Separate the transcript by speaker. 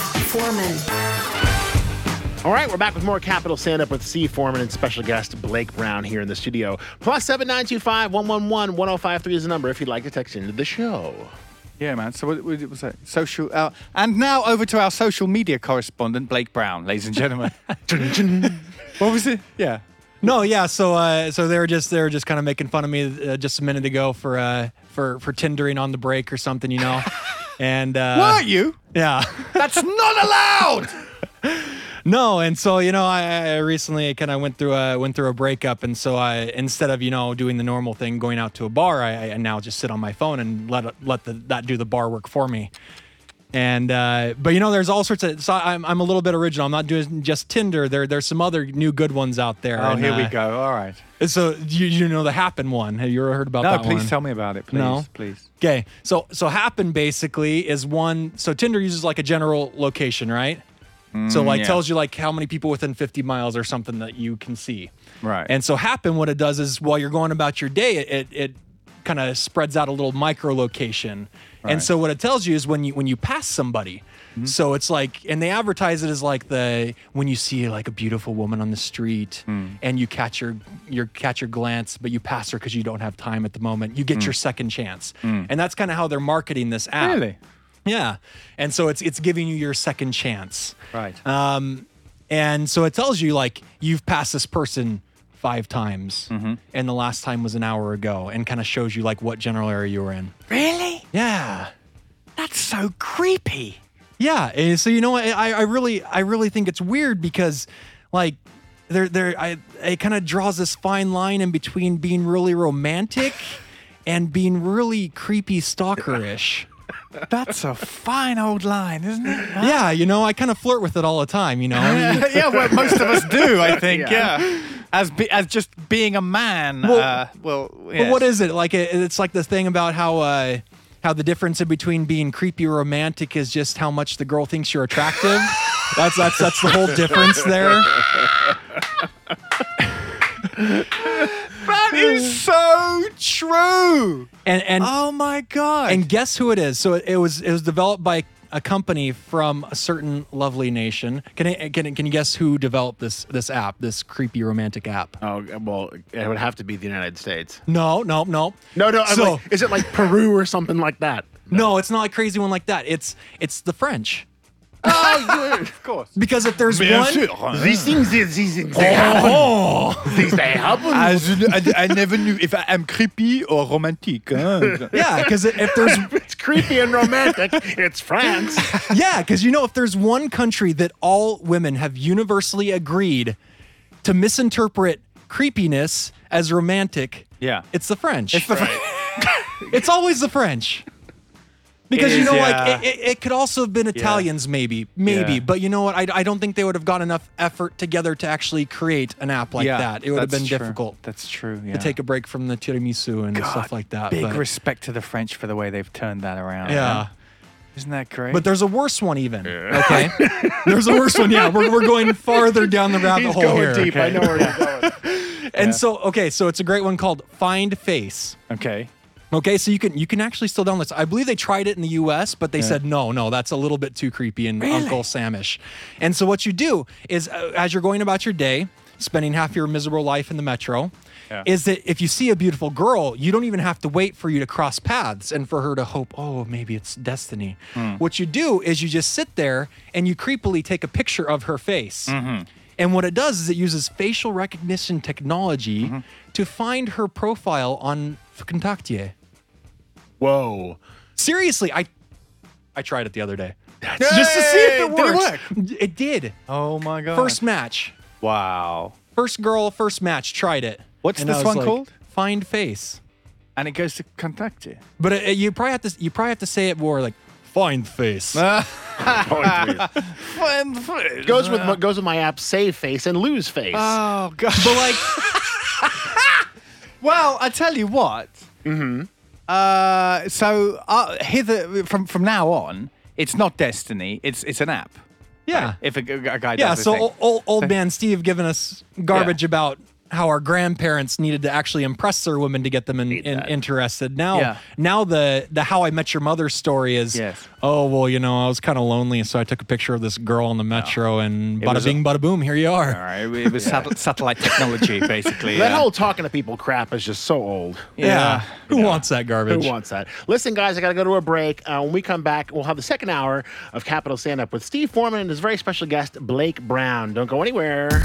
Speaker 1: Foreman.
Speaker 2: All right, we're back with more Capital Stand Up with C. Foreman and special guest Blake Brown here in the studio. Plus 7925 111 1053 is the number if you'd like to text into the show.
Speaker 3: Yeah, man. So what, what was that? Social. Uh, and now over to our social media correspondent, Blake Brown, ladies and gentlemen. what was it? Yeah.
Speaker 4: No, yeah. So, uh, so they were just they were just kind of making fun of me uh, just a minute ago for uh, for for tindering on the break or something, you know. And uh,
Speaker 3: Were you?
Speaker 4: Yeah.
Speaker 3: That's not allowed.
Speaker 4: No, and so you know, I, I recently kind of went through a went through a breakup, and so I instead of you know doing the normal thing, going out to a bar, I, I now just sit on my phone and let let the, that do the bar work for me. And uh, but you know, there's all sorts of. So I'm, I'm a little bit original. I'm not doing just Tinder. There there's some other new good ones out there.
Speaker 3: oh,
Speaker 4: and,
Speaker 3: here we
Speaker 4: uh,
Speaker 3: go. All right.
Speaker 4: So you you know the Happen one? Have you ever heard about
Speaker 3: No,
Speaker 4: that
Speaker 3: please
Speaker 4: one?
Speaker 3: tell me about it. Please,
Speaker 4: No.
Speaker 3: please.
Speaker 4: Okay, so so happen basically is one. So Tinder uses like a general location, right? so
Speaker 3: Mm,
Speaker 4: like
Speaker 3: yeah.
Speaker 4: tells you like how many people within 50 miles or something that you can see.
Speaker 3: Right.
Speaker 4: And so happen what it does is while you're going about your day, it it, it kind of spreads out a little micro location.
Speaker 3: Right. Mm-hmm.
Speaker 4: And so what it tells you is when you when you pass somebody. So it's like and they advertise it as like the when you see like a beautiful woman on the street
Speaker 3: Hmm.
Speaker 4: and you catch your your catch your glance but you pass her cuz you don't have time at the moment.
Speaker 3: Hmm.
Speaker 4: You get your second chance. And that's kind of how they're marketing this app.
Speaker 3: Really?
Speaker 4: Yeah. And so it's it's giving you your second chance.
Speaker 3: Right.
Speaker 4: Um, and so it tells you like you've passed this person five times, and the last time was an hour ago, and kind of shows you like what general area you were in.
Speaker 3: really?
Speaker 4: Yeah,
Speaker 3: That's so creepy.
Speaker 4: yeah. And so you know, what? I I really I really think it's weird because like there there I it kind of draws this fine line in between being really romantic and being really creepy stalkerish.
Speaker 3: That's a fine old line, isn't it?
Speaker 4: yeah, you know, I kind of flirt with it all the time. You know, I mean,
Speaker 3: yeah, well, most of us do, I think. Yeah. As be, as just being a man. Well, uh, well
Speaker 4: But what
Speaker 3: yes.
Speaker 4: is it like? It, it's like the thing about how uh, how the difference in between being creepy or romantic is just how much the girl thinks you're attractive. that's that's that's the whole difference there.
Speaker 3: That is so true.
Speaker 4: And and
Speaker 3: Oh my god.
Speaker 4: and guess who it is? So it, it was it was developed by a company from a certain lovely nation. Can I, can I- can you guess who developed this this app, this creepy romantic app?
Speaker 2: Oh, well, it would have to be the United States.
Speaker 4: No, no, no.
Speaker 2: No, no. I'm
Speaker 4: So-
Speaker 2: like, is it like Peru or something like that?
Speaker 4: No, it's not a crazy one like that. It's it's the French.
Speaker 2: Oh, you-
Speaker 3: of course.
Speaker 4: Because if there's one
Speaker 2: these things, these, these things, they happen. These they happen.
Speaker 3: I, Ah, I never knew if I am creepy or romantic. huh?
Speaker 4: Yeah, because if there's
Speaker 2: It's creepy and romantic. It's France.
Speaker 4: Yeah, because you know, if there's one country that all women have universally agreed to misinterpret creepiness as romantic,
Speaker 3: Yeah.
Speaker 4: it's the French. It's, always the French. Because
Speaker 3: It
Speaker 4: you
Speaker 3: is,
Speaker 4: know,
Speaker 3: yeah.
Speaker 4: like it, it, it could also have been Italians, maybe, maybe.
Speaker 3: Yeah.
Speaker 4: But you know what? I, I don't think they would have got enough effort together to actually create an app like
Speaker 3: Yeah,
Speaker 4: that. It would have
Speaker 3: that's
Speaker 4: been
Speaker 3: true.
Speaker 4: difficult
Speaker 3: That's true. Yeah.
Speaker 4: to take a break from the tiramisu and stuff like that.
Speaker 3: Big
Speaker 4: but,
Speaker 3: respect to the French for the way they've turned that around.
Speaker 4: yeah.
Speaker 3: huh? Isn't that great?
Speaker 4: But there's a worse one even. Okay. there's a worse one. Yeah. We're, we're going farther down the rabbit
Speaker 2: He's
Speaker 4: hole
Speaker 2: going
Speaker 4: here.
Speaker 2: deep. I know where he's going.
Speaker 4: And so okay, so it's a great one called Find Face.
Speaker 3: okay.
Speaker 4: Okay, so you can you can actually still download this. I believe they tried it in the US, but they said no, no, that's a little bit too creepy and Uncle Samish. And so what you do is uh, as you're going about your day, spending half your miserable life in the metro,
Speaker 3: Yeah.
Speaker 4: is that if you see a beautiful girl, you don't even have to wait for you to cross paths and for her to hope, oh, maybe it's destiny. What you do is you just sit there and you creepily take a picture of her face. And what it does is it uses facial recognition technology to find her profile on Vkontakte.
Speaker 2: Whoa.
Speaker 4: Seriously, I I tried it the other day. Just to see if
Speaker 3: Yay!
Speaker 4: it
Speaker 3: Did it
Speaker 4: works. It did.
Speaker 3: Oh my god.
Speaker 4: First match.
Speaker 3: Wow.
Speaker 4: First girl, first match, tried it.
Speaker 3: What's
Speaker 4: And
Speaker 3: this
Speaker 4: I was
Speaker 3: one
Speaker 4: like,
Speaker 3: called?
Speaker 4: Find face.
Speaker 3: And it goes to contact you.
Speaker 4: But it, it- you probably have to you probably have to say it more like find face.
Speaker 3: Ah.
Speaker 2: goes with what goes with my app save face and lose face.
Speaker 3: Oh god.
Speaker 4: but like
Speaker 3: Well, I tell you what. Mm-hmm. Uh, so uh, hither from from now on, it's not destiny. It's it's an app.
Speaker 4: yeah.
Speaker 3: If a, g- a guy
Speaker 4: Yeah,
Speaker 3: does this
Speaker 4: so
Speaker 3: thing.
Speaker 4: old, old man Steve giving us garbage
Speaker 3: Yeah.
Speaker 4: about how our grandparents needed to actually impress their women to get them in,
Speaker 2: Hate
Speaker 4: in,
Speaker 2: that.
Speaker 4: interested. Now,
Speaker 3: Yeah.
Speaker 4: now the the How I Met Your Mother story is,
Speaker 3: Yes.
Speaker 4: oh well, you know, I was kind of lonely, so I took a picture of this girl on the metro, and bada
Speaker 3: was a-
Speaker 4: bing, bada boom, here you are.
Speaker 3: All right, it was sat- satellite technology, basically.
Speaker 2: That
Speaker 3: yeah.
Speaker 2: whole talking to people crap is just so old.
Speaker 4: Yeah.
Speaker 3: Yeah.
Speaker 4: Who wants that garbage?
Speaker 2: Who wants that? Listen, guys, I got to go to a break. Uh, when we come back, we'll have the second hour of Capital Stand Up with Steve Foreman and his very special guest, Blake Brown. Don't go anywhere.